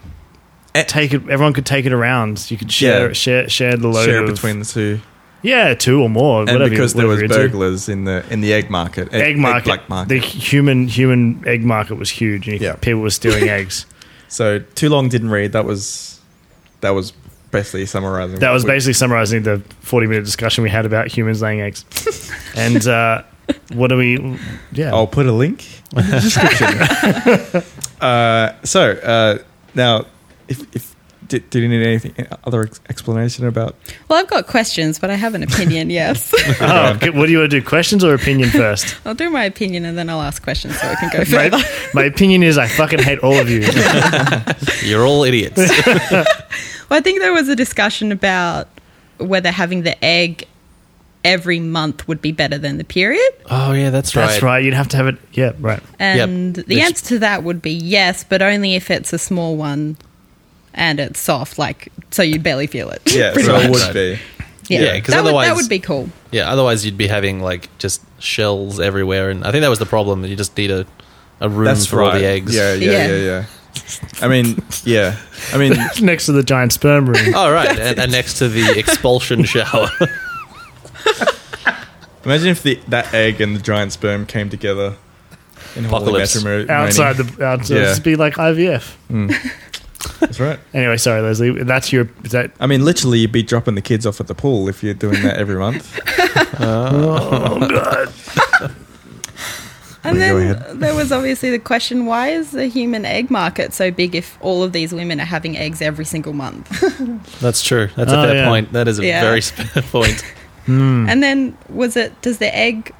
Speaker 4: Eh.
Speaker 3: take it. Everyone could take it around. You could share
Speaker 4: Yeah.
Speaker 3: share share the load
Speaker 4: Share
Speaker 3: of,
Speaker 4: between the two,
Speaker 3: yeah two or more.
Speaker 4: and
Speaker 3: whatever
Speaker 4: because
Speaker 3: you,
Speaker 4: there was
Speaker 3: whatever you're into.
Speaker 4: burglars in the in the egg market,
Speaker 3: egg market,
Speaker 4: black market.
Speaker 3: the human human egg market was huge, and you-
Speaker 4: Yeah.
Speaker 3: people were stealing eggs.
Speaker 4: So too long didn't read. That was that was basically summarizing.
Speaker 3: That
Speaker 4: what
Speaker 3: was
Speaker 4: we-
Speaker 3: basically summarizing the forty minute discussion we had about humans laying eggs, and uh, what do we? Yeah,
Speaker 4: I'll put a link in the description. uh, so uh, now, if, if did, did you need anything other ex- explanation about?
Speaker 1: Well, I've got questions, but I have an opinion, yes.
Speaker 3: oh, okay, what do you want to do? Questions or opinion first?
Speaker 1: I'll do my opinion and then I'll ask questions so I can go
Speaker 3: My,
Speaker 1: further.
Speaker 3: my opinion is I fucking hate all of you.
Speaker 2: You're all idiots.
Speaker 1: Well, I think there was a discussion about whether having the egg every month would be better than the period.
Speaker 2: oh yeah, that's right.
Speaker 3: That's right. You'd have to have it. Yeah, right.
Speaker 1: And the
Speaker 2: It's-
Speaker 1: answer to that would be yes, but only if it's a small one and it's soft, like so you barely feel it.
Speaker 4: Yeah,
Speaker 1: pretty
Speaker 4: so
Speaker 1: much.
Speaker 4: it
Speaker 2: Right.
Speaker 4: would be.
Speaker 2: Yeah, 'cause
Speaker 1: that would-
Speaker 2: otherwise-
Speaker 1: that would be cool.
Speaker 2: Yeah, otherwise you'd be having like just shells everywhere, and I think that was the problem. You just need a, a room
Speaker 4: That's
Speaker 2: for
Speaker 4: right.
Speaker 2: all the eggs.
Speaker 4: Yeah, yeah, yeah,
Speaker 1: Yeah.
Speaker 4: yeah. I mean, yeah. I mean,
Speaker 3: Next to the giant sperm room.
Speaker 2: Oh right, and, and next to the expulsion shower.
Speaker 4: imagine if the, that egg and the giant sperm came together in holy
Speaker 2: Apocalypse.
Speaker 4: matrimony.
Speaker 3: Outside the outside,
Speaker 4: Yeah.
Speaker 3: yeah. be like IVF.
Speaker 4: That's right.
Speaker 3: Anyway, sorry, Leslie. That's your. Is that
Speaker 4: I mean, literally, you'd be dropping the kids off at the pool if you're doing that every month.
Speaker 1: And
Speaker 4: Yeah, Oh, go
Speaker 1: then there was obviously the question why is the human egg market so big if all of these women are having eggs every single month?
Speaker 2: That's true. That's
Speaker 3: Oh,
Speaker 2: a fair
Speaker 3: yeah.
Speaker 2: point. That is a
Speaker 1: Yeah.
Speaker 2: very fair point.
Speaker 3: Mm.
Speaker 1: And then was it, does the egg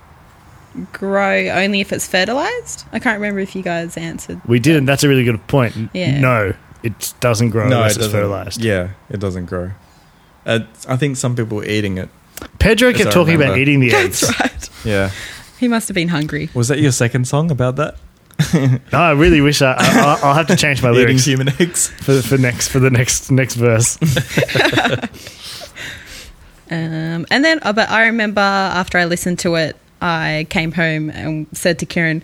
Speaker 1: grow only if it's fertilized? I can't remember if you guys answered.
Speaker 3: we didn't? That's a really good point. N-
Speaker 1: Yeah.
Speaker 3: No, it doesn't grow unless it's fertilized.
Speaker 4: Yeah, it doesn't grow. Uh, I think some people were eating it.
Speaker 3: Pedro
Speaker 4: As
Speaker 3: kept
Speaker 4: I
Speaker 3: talking about
Speaker 4: remember.
Speaker 3: eating the eggs.
Speaker 1: right.
Speaker 4: Yeah.
Speaker 1: He must have been hungry.
Speaker 4: Was that your second song about that?
Speaker 3: No, I really wish I. I I'll, I'll have to change my
Speaker 4: Eating
Speaker 3: lyrics
Speaker 4: human eggs.
Speaker 3: for, for next for the next next verse.
Speaker 1: Um, and then, oh, but I remember after I listened to it, I came home and said to Kieran,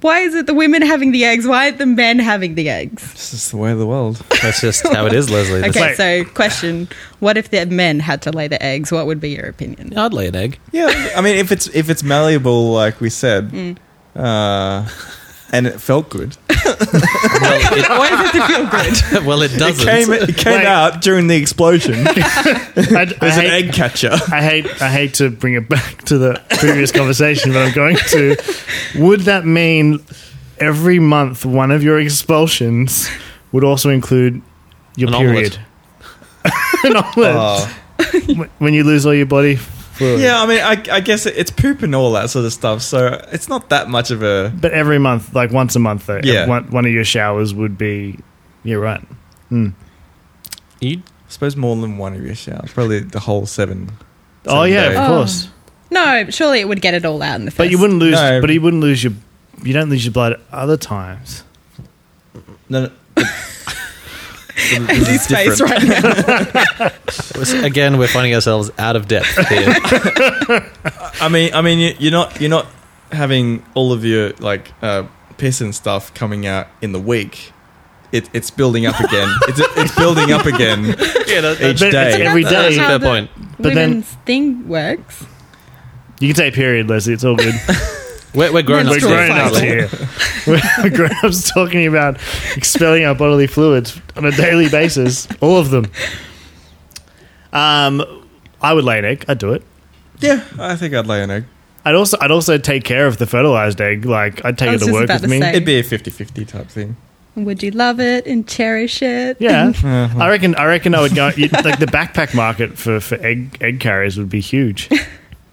Speaker 1: why is it the women having the eggs? Why aren't the men having the eggs?
Speaker 4: This is the way of the world.
Speaker 2: That's just how it is, Leslie. That's-
Speaker 1: Okay,
Speaker 3: like-
Speaker 1: so question: What if the men had to lay the eggs? What would be your opinion?
Speaker 2: I'd lay an egg.
Speaker 4: Yeah, Mm. I mean, if it's if it's malleable, like we said, uh, and it felt good.
Speaker 2: Well, it,
Speaker 1: Why does it have to feel good?
Speaker 2: well, it
Speaker 4: It
Speaker 2: doesn't.
Speaker 4: came it came
Speaker 3: Wait.
Speaker 4: out during the explosion.
Speaker 3: I, I
Speaker 4: There's an
Speaker 3: hate-
Speaker 4: egg catcher.
Speaker 3: I hate I hate to bring it back to the previous conversation, but I'm going to. Would that mean every month one of your expulsions would also include your
Speaker 2: An
Speaker 3: period? an omelet.
Speaker 4: Oh,
Speaker 3: Wh- when you lose all your body fluid.
Speaker 4: Yeah, I mean, I, I guess it, it's poop and all that sort of stuff, so it's not that much of a.
Speaker 3: But every month, like once a month, though,
Speaker 4: Yeah.
Speaker 3: one, one of your showers would be. Hmm. You're right.
Speaker 2: You
Speaker 4: I suppose more than one of your showers, probably the whole seven.
Speaker 3: oh
Speaker 4: seven
Speaker 3: yeah,
Speaker 4: days.
Speaker 1: Oh.
Speaker 3: of course.
Speaker 1: No, surely it would get it all out in the first.
Speaker 3: But you wouldn't lose.
Speaker 4: No.
Speaker 3: But you wouldn't lose your. You don't lose your blood other times.
Speaker 4: No, no.
Speaker 1: his face right now.
Speaker 2: again, we're finding ourselves out of depth here.
Speaker 4: I mean, I mean, you- you're not you're not having all of your like uh, piss and stuff coming out in the week. It, it's building up again. it's, it's building up again.
Speaker 2: yeah, that,
Speaker 4: Each
Speaker 3: But it's
Speaker 4: day.
Speaker 3: every
Speaker 1: That's not
Speaker 3: day.
Speaker 2: fair
Speaker 1: how the
Speaker 2: point.
Speaker 3: But then-
Speaker 1: women's thing works.
Speaker 3: You can take period, Leslie. It's all good.
Speaker 2: We're, we're grown
Speaker 1: We're
Speaker 3: We're
Speaker 1: That's
Speaker 2: ups.
Speaker 1: grown
Speaker 3: grown ups
Speaker 1: fine.
Speaker 3: here. We're grown ups talking about expelling our bodily fluids on a daily basis. All of them. Um, I would lay an egg. I'd do it.
Speaker 4: Yeah, I think I'd lay an egg.
Speaker 3: I'd also I'd also take care of the fertilized egg. Like I'd take
Speaker 1: I
Speaker 3: it
Speaker 1: was
Speaker 3: to
Speaker 1: just
Speaker 3: work
Speaker 1: about
Speaker 3: with
Speaker 1: to
Speaker 3: me.
Speaker 1: say.
Speaker 4: It'd be a 50-50 type thing.
Speaker 1: Would you love it and cherish it?
Speaker 3: Yeah,
Speaker 4: Yeah, well.
Speaker 3: I reckon. I reckon I would go. You'd, like the backpack market for, for egg egg carriers would be huge.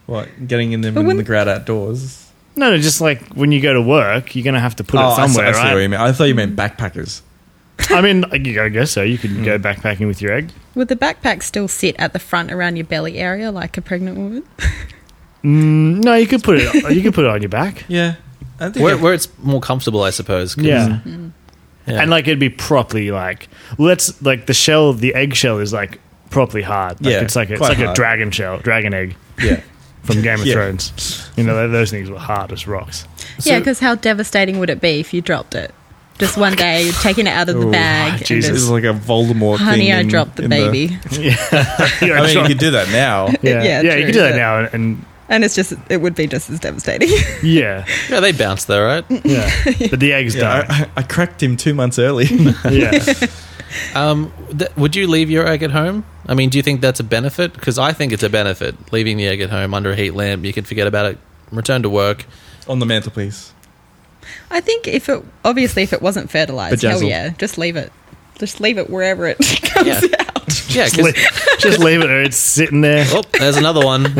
Speaker 4: What getting in them
Speaker 1: But
Speaker 4: in the
Speaker 1: wouldn't-
Speaker 4: crowd outdoors?
Speaker 3: No, no, just like when you go to work, you're gonna have to put
Speaker 4: Oh,
Speaker 3: it
Speaker 4: I see-
Speaker 3: somewhere,
Speaker 4: I, see what you
Speaker 3: right?
Speaker 4: mean. I thought you meant backpackers.
Speaker 3: I mean, I I guess so. You could go
Speaker 4: Mm.
Speaker 3: backpacking with your egg.
Speaker 1: Would the backpack still sit at the front around your belly area like a pregnant woman?
Speaker 3: Mm, no, you could put it. You could put it on your back.
Speaker 4: Yeah, I think
Speaker 2: Where,
Speaker 4: I-
Speaker 2: where it's more comfortable, I suppose. 'cause-
Speaker 3: Yeah.
Speaker 2: Yeah.
Speaker 3: Mm. and like it'd be properly like let's like the shell, the egg shell is like properly hard. Like,
Speaker 4: Yeah,
Speaker 3: it's like a, it's
Speaker 4: quite
Speaker 3: like a
Speaker 4: hard.
Speaker 3: dragon shell, dragon egg
Speaker 4: yeah.
Speaker 3: from Game of
Speaker 4: Yeah.
Speaker 3: Thrones. You know, tho- those things were hard as rocks.
Speaker 1: Yeah, 'cause yeah, because how devastating would it be if you dropped it? Just one day, you're taking it out of the
Speaker 4: Ooh,
Speaker 1: bag. and
Speaker 3: Jesus.
Speaker 4: This
Speaker 1: just,
Speaker 4: is like a Voldemort.
Speaker 1: Honey,
Speaker 4: thing
Speaker 1: I
Speaker 4: in-
Speaker 1: dropped the
Speaker 4: in
Speaker 1: baby.
Speaker 3: You're
Speaker 4: I mean, you
Speaker 3: trying-
Speaker 4: could do that now.
Speaker 3: yeah, yeah,
Speaker 1: Yeah,
Speaker 3: you
Speaker 1: true,
Speaker 3: could do that
Speaker 1: but-
Speaker 3: now, and, and
Speaker 1: And it's just, it would be just as devastating.
Speaker 3: yeah,
Speaker 2: Yeah, they bounce though, right?
Speaker 3: yeah. But the egg's
Speaker 4: Yeah,
Speaker 3: done.
Speaker 4: I, I- I cracked him two months early.
Speaker 3: Yeah.
Speaker 2: Um, th- would you leave your egg at home? I mean, do you think that's a benefit? Because I think it's a benefit leaving the egg at home under a heat lamp. You can forget about it, return to work.
Speaker 4: on the mantelpiece.
Speaker 1: I think if it, obviously, if it wasn't fertilized, hell
Speaker 4: Bedazzled.
Speaker 1: yeah, just leave it. Just leave it wherever it comes
Speaker 2: Yeah.
Speaker 1: out.
Speaker 2: Yeah,
Speaker 3: just,
Speaker 2: 'cause-
Speaker 3: le- just leave it there. It's sitting there.
Speaker 2: oh, there's another one.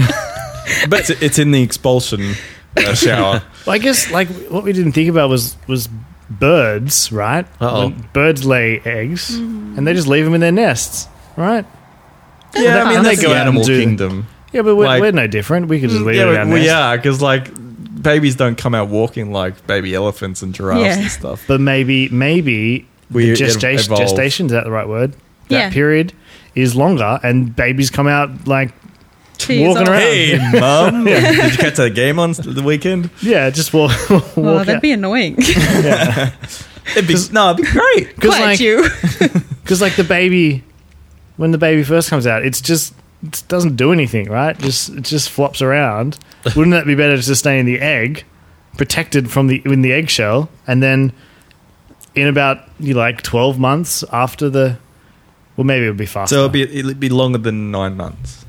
Speaker 4: But it's, it's in the expulsion uh, shower.
Speaker 3: Well, I guess like what we didn't think about was was birds, right?
Speaker 2: Uh-oh.
Speaker 3: When birds lay eggs,
Speaker 1: Mm-hmm.
Speaker 3: and they just leave them in their nests, right?
Speaker 4: yeah, I mean,
Speaker 3: And they
Speaker 4: that's
Speaker 3: go
Speaker 4: the
Speaker 3: out and
Speaker 4: animal
Speaker 3: do-
Speaker 4: kingdom.
Speaker 3: Yeah, but we're,
Speaker 4: Like-
Speaker 3: we're no different. We
Speaker 1: Mm,
Speaker 3: could just leave it in
Speaker 4: Yeah,
Speaker 3: our
Speaker 4: we, we
Speaker 3: nest.
Speaker 4: are, because, like, babies don't come out walking like baby elephants and giraffes
Speaker 1: Yeah.
Speaker 4: and stuff.
Speaker 3: But maybe maybe
Speaker 4: We
Speaker 3: the gestation
Speaker 4: evolved.
Speaker 3: gestation is that the right word? That
Speaker 1: Yeah.
Speaker 3: period is longer, and babies come out like
Speaker 1: Two years old.
Speaker 3: Walking around.
Speaker 4: Hey, mum, did you catch that game on the weekend?
Speaker 3: yeah, just walk. walk
Speaker 1: Oh, that'd
Speaker 3: out.
Speaker 1: be annoying.
Speaker 4: It'd be, no, it'd be great.
Speaker 1: Quite
Speaker 3: like,
Speaker 1: you.
Speaker 3: Because like the baby, when the baby first comes out, it's just it doesn't do anything, right? Just it just flops around. Wouldn't that be better to just stay in the egg, protected from the in the eggshell, and then in about you know, like twelve months after the, well maybe it would be faster.
Speaker 4: So it'd be, it'd be longer than nine months. Is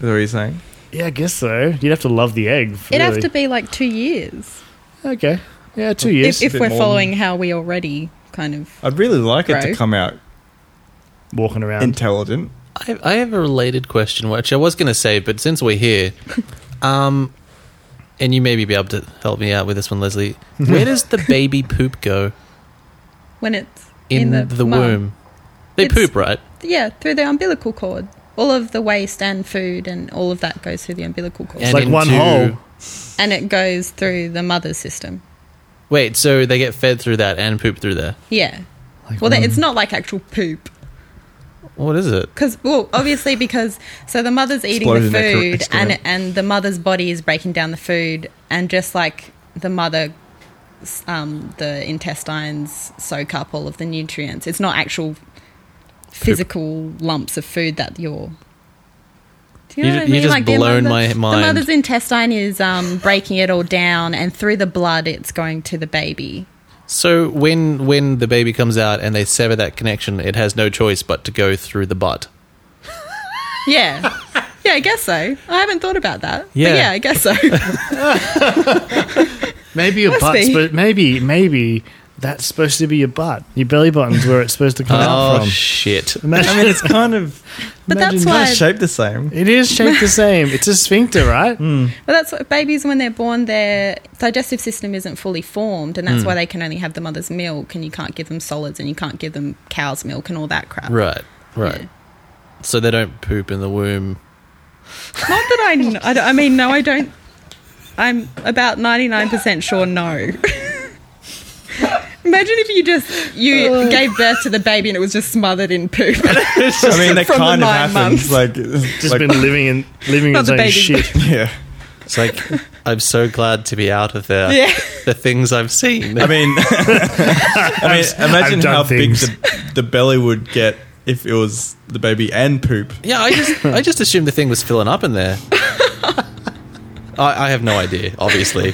Speaker 4: that what you're saying?
Speaker 3: yeah, I guess so. You'd have to love the egg.
Speaker 1: It'd have
Speaker 3: really.
Speaker 1: to be like two years.
Speaker 3: okay. Yeah, two years.
Speaker 1: if if
Speaker 4: bit
Speaker 1: we're
Speaker 4: more
Speaker 1: following how we already kind of.
Speaker 4: I'd really like
Speaker 1: Grow.
Speaker 4: it to come out
Speaker 3: walking around.
Speaker 4: intelligent.
Speaker 2: I, I have a related question, which I was going to say, but since we're here, um, and you maybe be able to help me out with this one, Leslie. Where does the baby poop go
Speaker 1: When it's
Speaker 2: in, the,
Speaker 1: mum.
Speaker 2: womb? They
Speaker 1: It's-
Speaker 2: poop, right?
Speaker 1: Yeah, through the umbilical cord. All of the waste and food and all of that goes through the umbilical cord.
Speaker 3: it's
Speaker 2: And
Speaker 3: like one
Speaker 2: into-
Speaker 3: hole.
Speaker 1: and it goes through the mother's system.
Speaker 2: Wait, so they get fed through that and poop through there?
Speaker 1: Yeah.
Speaker 3: Like
Speaker 1: well, that
Speaker 3: one-
Speaker 1: it's not like actual poop.
Speaker 2: What is it?
Speaker 1: Because, well, obviously, because so the mother's eating
Speaker 4: Exploded in
Speaker 1: the
Speaker 4: their cor-
Speaker 1: food and,
Speaker 4: excrement.
Speaker 1: and the mother's body is breaking down the food, and just like the mother, s- um, the intestines soak up all of the nutrients. It's not actual physical lumps of food that you're. Do
Speaker 2: You ju- you just
Speaker 1: the
Speaker 2: blown my mind.
Speaker 1: The mother's intestine is um, breaking it all down, and through the blood, it's going to the baby.
Speaker 2: So when when the baby comes out and they sever that connection, it has no choice but to go through the butt.
Speaker 1: Yeah. Yeah, I guess so. I haven't thought about that.
Speaker 2: Yeah.
Speaker 1: But yeah, I guess so.
Speaker 3: Maybe your
Speaker 1: Must
Speaker 3: butts,
Speaker 1: be.
Speaker 3: but maybe maybe That's supposed to be your butt. Your belly button's where it's supposed to come out
Speaker 2: Oh
Speaker 3: from.
Speaker 2: shit!
Speaker 3: Imagine-
Speaker 4: I mean, it's kind of
Speaker 1: But that's
Speaker 3: imagine
Speaker 1: why-
Speaker 4: kind of shaped the same.
Speaker 3: It is shaped the same. It's a sphincter, right?
Speaker 4: Hmm.
Speaker 1: But that's what babies, when they're born, their digestive system isn't fully formed, and that's
Speaker 3: Hmm.
Speaker 1: why they can only have the mother's milk, and you can't give them solids, and you can't give them cow's milk, and all that crap.
Speaker 2: Right, right.
Speaker 1: Yeah.
Speaker 2: So they don't poop in the womb.
Speaker 1: Not that I, kn- I, don't- I mean, no, I don't. I'm about 99% sure no. Imagine if you just you gave birth to the baby and it was just smothered in poop.
Speaker 4: I mean, that
Speaker 1: from the
Speaker 4: kind of
Speaker 1: nine months.
Speaker 4: happens. Like,
Speaker 3: Just
Speaker 4: like,
Speaker 3: been living in living in
Speaker 1: Not
Speaker 3: its
Speaker 1: the
Speaker 3: own
Speaker 1: baby.
Speaker 3: shit.
Speaker 4: yeah.
Speaker 2: It's like I'm so glad to be out of there.
Speaker 1: Yeah.
Speaker 2: The things I've seen.
Speaker 4: I mean, I mean, imagine
Speaker 3: I've done
Speaker 4: how
Speaker 3: things.
Speaker 4: big the, the belly would get if it was the baby and poop.
Speaker 2: yeah, I just I just assumed the thing was filling up in there. I, I have no idea, obviously.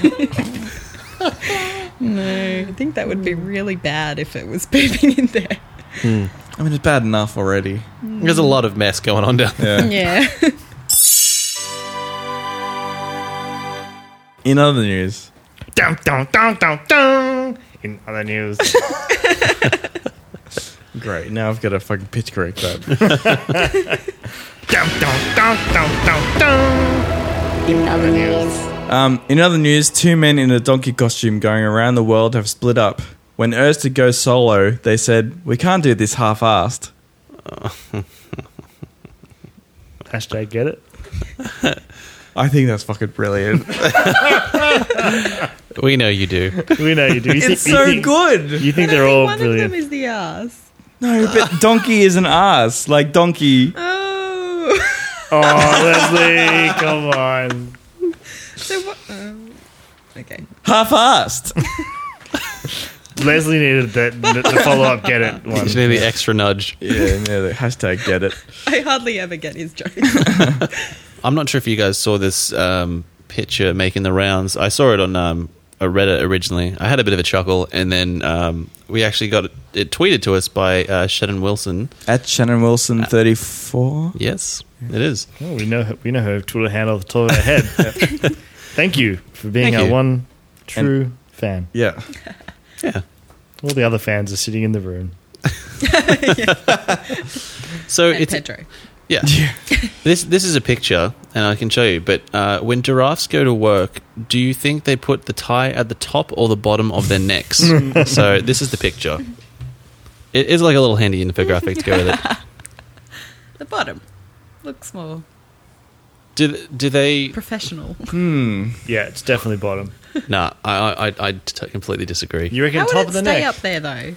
Speaker 1: no, I think that would be really bad if it was pooping in there.
Speaker 4: I mean, it's bad enough already.
Speaker 2: There's a lot of mess going on down there.
Speaker 4: Yeah.
Speaker 1: Yeah.
Speaker 4: In other news,
Speaker 3: Dun, dun, dun, dun, dun. In other news,
Speaker 4: great. Now I've got to fucking pitch correct that.
Speaker 3: dun, dun, dun, dun, dun, dun.
Speaker 4: Um, in other news, two men in a donkey costume going around the world have split up. When urged to go solo, they said, "We can't do this half-assed."
Speaker 3: Hashtag get it.
Speaker 4: I think that's fucking brilliant.
Speaker 2: We know you do.
Speaker 3: We know you do. You think-
Speaker 4: it's
Speaker 3: you
Speaker 4: so
Speaker 3: think-
Speaker 4: good.
Speaker 3: You think they're all
Speaker 1: one of
Speaker 3: brilliant?
Speaker 1: them is the ass.
Speaker 4: No, but donkey is an ass. Like donkey.
Speaker 1: Oh.
Speaker 3: Oh, Leslie, come on.
Speaker 1: so what? Um, okay.
Speaker 4: half-assed.
Speaker 3: Leslie needed that the, the follow up get it one.
Speaker 2: You need the extra nudge.
Speaker 4: yeah, yeah, the hashtag get it.
Speaker 1: I hardly ever get his jokes.
Speaker 2: I'm not sure if you guys saw this um, picture making the rounds. I saw it on um, a Reddit originally. I had a bit of a chuckle, and then um, we actually got it, it tweeted to us by uh, Shannon Wilson.
Speaker 4: At Shannon
Speaker 3: Ah.
Speaker 4: Wilson 34.
Speaker 2: Yes, it is.
Speaker 3: Oh, we know her, we know her Twitter handle off the top of our head. Thank you for being
Speaker 2: Thank
Speaker 3: our
Speaker 2: you.
Speaker 3: one true fan.
Speaker 4: Yeah.
Speaker 2: Yeah.
Speaker 3: All the other fans are sitting in the room.
Speaker 2: So
Speaker 1: and
Speaker 2: it's
Speaker 1: Pedro.
Speaker 2: yeah. this this is a picture, and I can show you. But uh, when giraffes go to work, do you think they put the tie at the top or the bottom of their necks? so this is the picture. It is like a little handy infographic to go with it.
Speaker 1: The bottom looks more
Speaker 2: Do do they
Speaker 1: professional.
Speaker 4: Hmm.
Speaker 3: Yeah, it's definitely bottom.
Speaker 2: No, I I, I, I t- completely disagree.
Speaker 3: You reckon
Speaker 1: How would
Speaker 3: top
Speaker 1: it
Speaker 3: of the
Speaker 1: stay
Speaker 3: neck?
Speaker 1: up there though?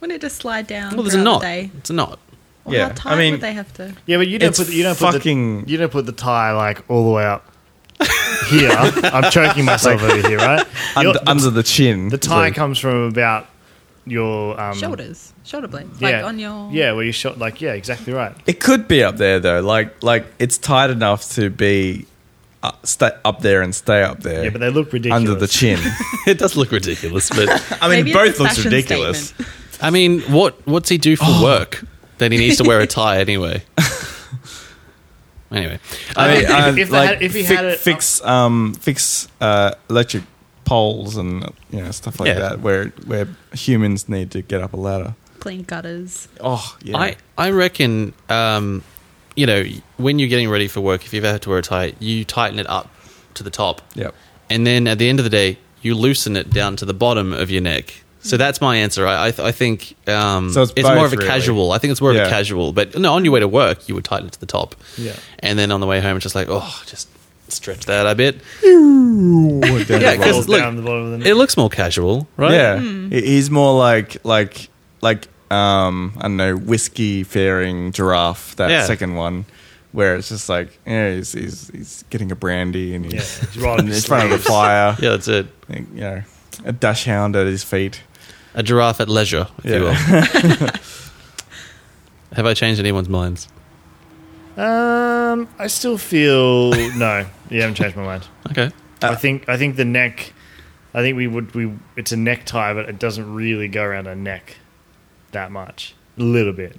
Speaker 1: Wouldn't it just slide down?
Speaker 2: well, there's a
Speaker 1: throughout
Speaker 2: knot.
Speaker 1: The day?
Speaker 2: It's a knot.
Speaker 1: Well,
Speaker 4: Yeah,
Speaker 1: How
Speaker 4: I
Speaker 1: tight
Speaker 4: mean-
Speaker 1: would they have to?
Speaker 3: Yeah, but you don't
Speaker 4: It's
Speaker 3: put the, you don't put
Speaker 4: fucking-
Speaker 3: the, you don't put the tie like all the way up here. I'm choking myself over here, right? Your-
Speaker 4: Under, under the chin.
Speaker 3: the tie
Speaker 4: So-
Speaker 3: comes from about your um,
Speaker 1: Shoulders, shoulder blades,
Speaker 3: Yeah,
Speaker 1: like on your
Speaker 3: yeah, where you shot like yeah, exactly right.
Speaker 4: It could be up there though. Like like it's tight enough to be uh, stay up there and stay up there.
Speaker 3: Yeah, but they look ridiculous
Speaker 4: under the chin.
Speaker 2: it does look ridiculous, but
Speaker 4: I mean,
Speaker 1: Maybe it's
Speaker 4: both
Speaker 1: a
Speaker 4: looks
Speaker 1: fashion
Speaker 4: ridiculous.
Speaker 1: statement.
Speaker 2: I mean, what what's he do for work that he needs to wear a tie anyway? anyway, Um,
Speaker 4: I mean,
Speaker 3: If-
Speaker 4: uh,
Speaker 3: if they
Speaker 4: like,
Speaker 3: had- if he
Speaker 4: fi-
Speaker 3: had it-
Speaker 4: fix um fix uh, electric poles and you know stuff like
Speaker 2: Yeah.
Speaker 4: that where where humans need to get up a ladder.
Speaker 1: clean gutters.
Speaker 4: Oh yeah.
Speaker 2: I I reckon, um, you know, when you're getting ready for work, if you've ever had to wear a tie, you tighten it up to the top,
Speaker 4: yep.
Speaker 2: and then at the end of the day, you loosen it down to the bottom of your neck. So that's my answer. I I, th- I think um,
Speaker 4: Hmm. So it's
Speaker 2: it's, more of
Speaker 4: both,
Speaker 2: a
Speaker 4: really.
Speaker 2: casual. I think it's more of
Speaker 4: Yeah.
Speaker 2: a casual. But no, on your way to work, you would tighten it to the top.
Speaker 3: Yeah.
Speaker 2: And then on the way home, it's just like, oh, just stretch that a bit.
Speaker 4: yeah,
Speaker 2: Yeah, 'cause
Speaker 3: Rolls
Speaker 2: look,
Speaker 3: down the bottom of the neck.
Speaker 2: It looks more casual, right?
Speaker 4: Yeah, He- he's more like like like um I don't know whiskey faring giraffe. That
Speaker 2: Yeah.
Speaker 4: second one, where it's just like yeah, he's he's, he's getting a brandy and
Speaker 3: yeah,
Speaker 4: he's
Speaker 3: it's right on
Speaker 4: in
Speaker 3: his
Speaker 4: front of the
Speaker 3: sleeve.
Speaker 4: fire.
Speaker 2: Yeah, that's it.
Speaker 4: and, you know, a dash hound at his feet.
Speaker 2: A giraffe at leisure, if
Speaker 4: Yeah.
Speaker 2: you will. Have I changed anyone's minds?
Speaker 3: Um, I still feel no. You haven't changed my mind.
Speaker 2: Okay.
Speaker 3: I think I think the neck. I think we would we. It's a necktie, but it doesn't really go around a neck that much. A little bit.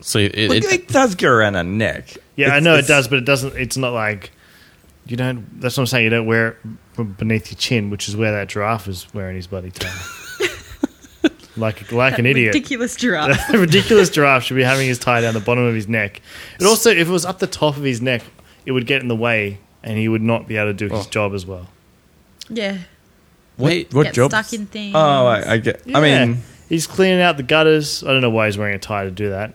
Speaker 2: So it,
Speaker 4: Look,
Speaker 2: it,
Speaker 4: it does go around a neck.
Speaker 3: Yeah, I
Speaker 4: It's-
Speaker 3: know it
Speaker 4: it's-
Speaker 3: does, but it doesn't. It's not like you don't. That's what I'm saying. You don't wear it from beneath your chin, which is where that giraffe was wearing his bloody tie. like like an idiot.
Speaker 1: Ridiculous giraffe.
Speaker 3: a ridiculous giraffe should be having his tie down the bottom of his neck. But also, if it was up the top of his neck, it would get in the way, and he would not be able to do
Speaker 4: Oh.
Speaker 3: his job as well.
Speaker 1: yeah.
Speaker 2: Wait,
Speaker 4: What
Speaker 1: Get
Speaker 4: job?
Speaker 1: stuck in things.
Speaker 4: Oh, I, I get. I
Speaker 3: Yeah.
Speaker 4: mean,
Speaker 3: he's cleaning out the gutters. I don't know why he's wearing a tie to do that.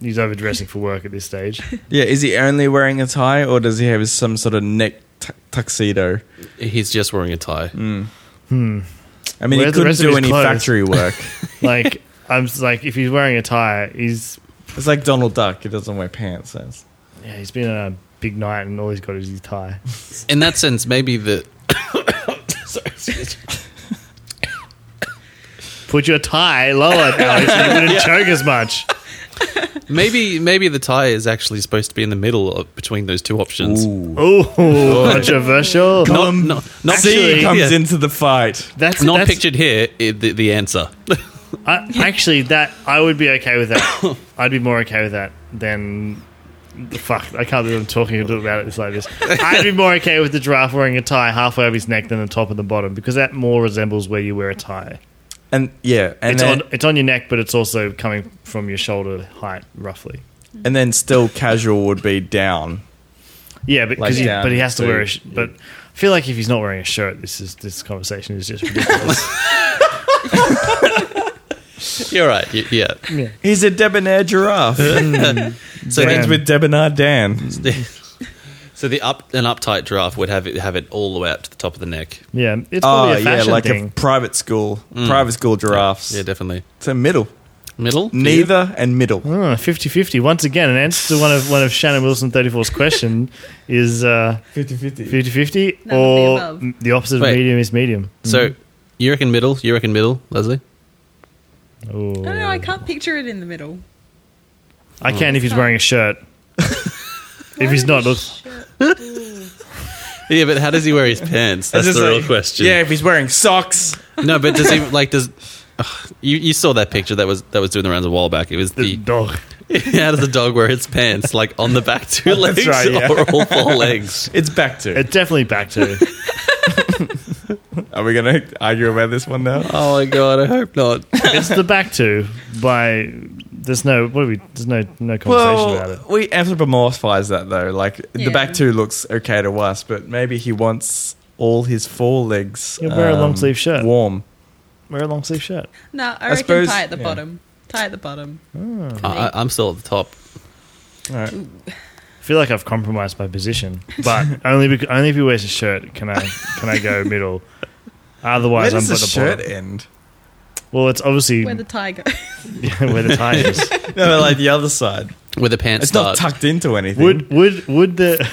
Speaker 3: He's overdressing for work at this stage.
Speaker 4: yeah. Is he only wearing a tie, or does he have some sort of neck tu- tuxedo?
Speaker 2: he's just wearing a tie.
Speaker 4: Mm. I mean,
Speaker 3: Where's
Speaker 4: he
Speaker 3: the
Speaker 4: couldn't
Speaker 3: rest of
Speaker 4: do
Speaker 3: his
Speaker 4: any
Speaker 3: clothes?
Speaker 4: factory work.
Speaker 3: Like I'm just like, if he's wearing a tie, he's
Speaker 4: it's like Donald Duck. He doesn't wear pants. so it's-
Speaker 3: yeah, he's been on a big night, and all he's got is his tie.
Speaker 2: In that sense, maybe the. Sorry, excuse me.
Speaker 3: Put your tie lower, Alex, and you wouldn't choke as much.
Speaker 2: maybe maybe the tie is actually supposed to be in the middle of, between those two options.
Speaker 3: Ooh, controversial.
Speaker 2: Not, not, not
Speaker 3: Actually,
Speaker 4: C comes
Speaker 2: yeah.
Speaker 4: into the fight.
Speaker 3: that's
Speaker 2: Not
Speaker 3: that's,
Speaker 2: pictured here. i the, the answer.
Speaker 3: I, actually, that I would be okay with that. I'd be more okay with that than fuck. I can't believe I'm talking about it this like this. I'd be more okay with the giraffe wearing a tie halfway up his neck than the top and the bottom because that more resembles where you wear a tie.
Speaker 4: And yeah, and
Speaker 3: It's
Speaker 4: then,
Speaker 3: on it's on your neck, but it's also coming from your shoulder height roughly.
Speaker 4: and then still casual would be down.
Speaker 3: Yeah, but 'cause
Speaker 4: Like
Speaker 3: he,
Speaker 4: down
Speaker 3: but he has to
Speaker 4: to-
Speaker 3: wear. A sh- But I feel like if he's not wearing a shirt, this is this conversation is just ridiculous.
Speaker 2: You're right. y- yeah.
Speaker 4: He's a debonair giraffe.
Speaker 2: So
Speaker 4: Friends with debonair Dan.
Speaker 2: the, so the up an uptight giraffe would have it have it all the way up to the top of the neck.
Speaker 3: yeah, it's
Speaker 4: Oh
Speaker 3: probably a
Speaker 4: yeah,
Speaker 3: fashion
Speaker 4: like
Speaker 3: thing.
Speaker 4: a private school, private school giraffes.
Speaker 2: Yeah, definitely.
Speaker 4: it's a middle,
Speaker 2: Middle.
Speaker 4: neither and middle.
Speaker 3: Oh, 50-50. Once again, an answer to one of one of Shannon Wilson 34's question is uh,
Speaker 4: 50-50.
Speaker 1: None
Speaker 3: 50-50
Speaker 1: of the
Speaker 3: or
Speaker 1: above.
Speaker 3: m- the opposite
Speaker 2: Wait.
Speaker 3: of medium is medium.
Speaker 2: So you reckon middle? You reckon middle, Leslie?
Speaker 3: Oh.
Speaker 1: I don't know. I can't picture it in the middle.
Speaker 3: I can if he's wearing a shirt. if he's not, look,
Speaker 2: Yeah, but how does he wear his pants? That's
Speaker 4: It's
Speaker 2: the
Speaker 4: just
Speaker 2: real
Speaker 4: like-
Speaker 2: question.
Speaker 4: Yeah, if he's wearing socks.
Speaker 2: No, but does he like does? Ugh, you you saw that picture that was that was doing the rounds a while back. It was
Speaker 3: the
Speaker 2: the
Speaker 3: dog.
Speaker 2: how does the dog wear its pants like on the back two legs
Speaker 4: right, yeah.
Speaker 2: or all four legs?
Speaker 4: It's back to.
Speaker 3: It definitely back to.
Speaker 4: Are we going to argue about this one now?
Speaker 2: Oh my god, I hope not.
Speaker 3: it's the back to by. There's no what are we? There's no no conversation about it.
Speaker 4: Well, we anthropomorphize that though. Like
Speaker 1: Yeah.
Speaker 4: the back two looks okay to us, but maybe he wants all his four legs.
Speaker 3: Yeah, wear a long sleeve shirt.
Speaker 4: Warm.
Speaker 3: Wear a long sleeve shirt.
Speaker 1: No, I, reckon
Speaker 4: suppose-
Speaker 1: tie at the
Speaker 4: yeah.
Speaker 1: bottom. Tie at the bottom.
Speaker 2: I, I'm still at the top.
Speaker 4: Alright.
Speaker 3: I feel like I've compromised my position, but only because, only if he wears a shirt can I can I go middle.
Speaker 4: Where
Speaker 3: Otherwise, I'm
Speaker 4: does
Speaker 3: at
Speaker 4: the
Speaker 3: the
Speaker 4: shirt
Speaker 3: bottom.
Speaker 4: end?
Speaker 3: Well, it's obviously
Speaker 1: Where the tie goes.
Speaker 3: where the tie is.
Speaker 4: No, but, like the other side.
Speaker 2: With the pants,
Speaker 4: It's not
Speaker 2: start.
Speaker 4: tucked into anything.
Speaker 3: Would would would the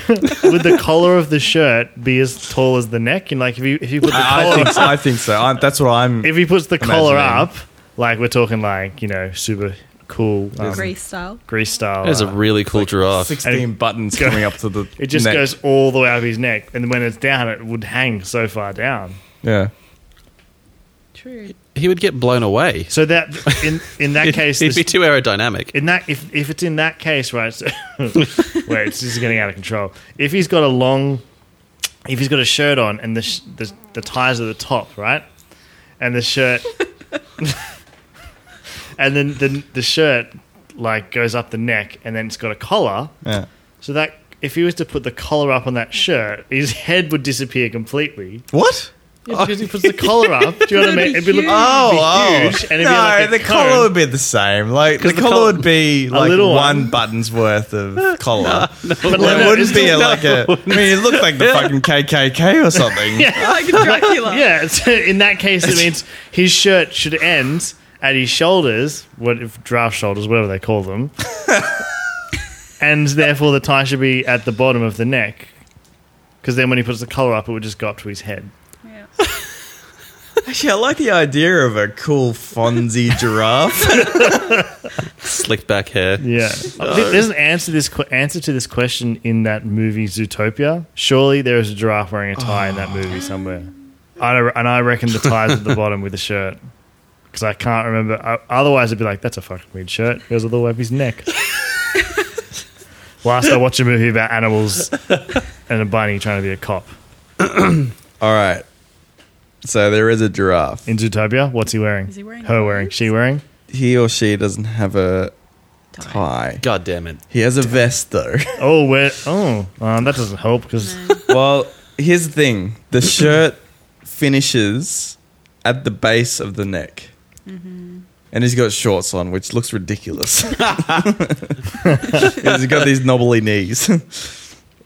Speaker 3: would the collar of the shirt be as tall as the neck? And like if you if you put the
Speaker 4: I, I
Speaker 3: collar
Speaker 4: think so. I think so. I, that's what I'm.
Speaker 3: if he puts the collar up,
Speaker 4: Imagining.
Speaker 3: like we're talking like you know super cool um,
Speaker 1: Grease style.
Speaker 3: grease style.
Speaker 2: That is a
Speaker 3: uh,
Speaker 2: really cool giraffe.
Speaker 4: Sixteen buttons
Speaker 3: go-
Speaker 4: coming up to the.
Speaker 3: it just
Speaker 4: neck.
Speaker 3: goes all the way up his neck, and when it's down, it would hang so far down.
Speaker 4: Yeah.
Speaker 1: True.
Speaker 2: he would get blown away.
Speaker 3: So that in in that case,
Speaker 2: he'd
Speaker 3: this-
Speaker 2: be too aerodynamic.
Speaker 3: in that if if it's in that case, right? So, wait, this is getting out of control. If he's got a long, if he's got a shirt on and the sh- the, the ties are the top, right, and the shirt, and then the the shirt like goes up the neck, and then it's got a collar.
Speaker 4: Yeah.
Speaker 3: So that if he was to put the collar up on that shirt, his head would disappear completely.
Speaker 4: What?
Speaker 3: Yeah, because he puts the collar up. Do you know what I mean?
Speaker 1: That'd be
Speaker 3: It'd be, look-
Speaker 1: huge.
Speaker 3: it'd be
Speaker 4: Oh,
Speaker 3: huge, and it'd be
Speaker 4: no,
Speaker 3: like a
Speaker 4: the
Speaker 3: cone.
Speaker 4: collar would be the same. Like the,
Speaker 2: the
Speaker 4: collar
Speaker 2: col-
Speaker 4: would be like
Speaker 3: little
Speaker 4: one,
Speaker 3: one.
Speaker 4: button's worth of collar.
Speaker 3: But
Speaker 4: Well,
Speaker 3: like,
Speaker 4: it
Speaker 3: no,
Speaker 4: wouldn't
Speaker 3: it's
Speaker 4: be
Speaker 3: not-
Speaker 4: a, like a. I mean, it looked like the fucking KKK or something.
Speaker 1: Like Dracula.
Speaker 3: Yeah, so in that case, it means his shirt should end at his shoulders, what if draft shoulders, whatever they call them, and therefore the tie should be at the bottom of the neck. Because then when he puts the collar up, it would just go up to his head.
Speaker 1: Yeah.
Speaker 4: Actually, I like the idea of a cool Fonzie giraffe.
Speaker 2: Slick back hair.
Speaker 3: Yeah, Th- there's an answer to this que- answer to this question in that movie Zootopia. Surely there is a giraffe wearing a tie in that movie somewhere. I don't, and I reckon the tie's at the bottom with the shirt. Because I can't remember. I, otherwise, I'd be like, that's a fucking weird shirt. It goes all the way up his neck. Last I watched a movie about animals and a bunny trying to be a cop.
Speaker 4: All right. So there is a giraffe.
Speaker 3: In Zootopia, what's he wearing?
Speaker 1: Is he wearing
Speaker 3: Her wearing.
Speaker 1: clothes?
Speaker 3: She wearing.
Speaker 4: He or she doesn't have a
Speaker 1: Tie.
Speaker 4: tie.
Speaker 2: God damn it.
Speaker 4: He has a vest though.
Speaker 3: Oh, where? Oh, um, that doesn't help because
Speaker 1: Mm.
Speaker 4: well, here's the thing: the shirt finishes at the base of the neck, and he's got shorts on, which looks ridiculous. 'Cause he's got these knobbly knees.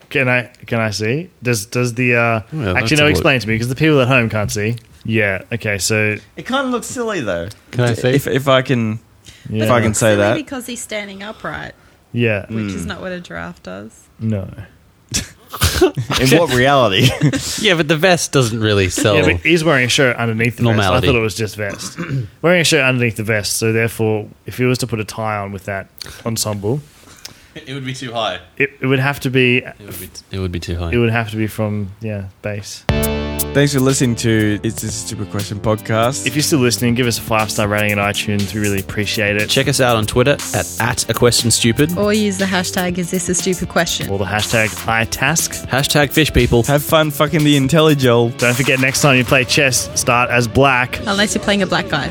Speaker 3: can I can I see? Does does the uh,
Speaker 2: Oh, Yeah, that's
Speaker 3: actually
Speaker 2: a
Speaker 3: no?
Speaker 2: lot.
Speaker 3: Explain to me because the people at home can't see. Yeah. Okay. So
Speaker 4: it kind of looks silly though.
Speaker 2: Can I see?
Speaker 4: If, if I can,
Speaker 3: yeah.
Speaker 4: if I can say
Speaker 1: Silly
Speaker 4: that, Hmm.
Speaker 1: because he's standing upright,
Speaker 3: Yeah.
Speaker 1: which is not what a giraffe does.
Speaker 3: No.
Speaker 4: in what reality?
Speaker 2: Yeah, but the vest doesn't really sell.
Speaker 3: Yeah, but he's wearing a shirt underneath the
Speaker 2: Oh. Normality.
Speaker 3: vest. I thought it was just vest. wearing a shirt underneath the vest. So therefore, if he was to put a tie on with that ensemble,
Speaker 2: it would be too high.
Speaker 3: it, it would have to be.
Speaker 2: It would be, it would be too high.
Speaker 3: It would have to be from yeah base.
Speaker 4: Thanks for listening to It's Just a Stupid Question podcast.
Speaker 3: If you're still listening, give us a five star rating on iTunes. We really appreciate it.
Speaker 2: Check us out on Twitter at, at a question stupid.
Speaker 3: Oh.
Speaker 1: Or use the hashtag, is this a stupid question?
Speaker 3: Or the hashtag iTask.
Speaker 2: Hashtag fish people.
Speaker 4: have fun fucking the IntelliGel.
Speaker 3: Don't forget next time you play chess, start as black.
Speaker 1: Unless you're playing a black guy.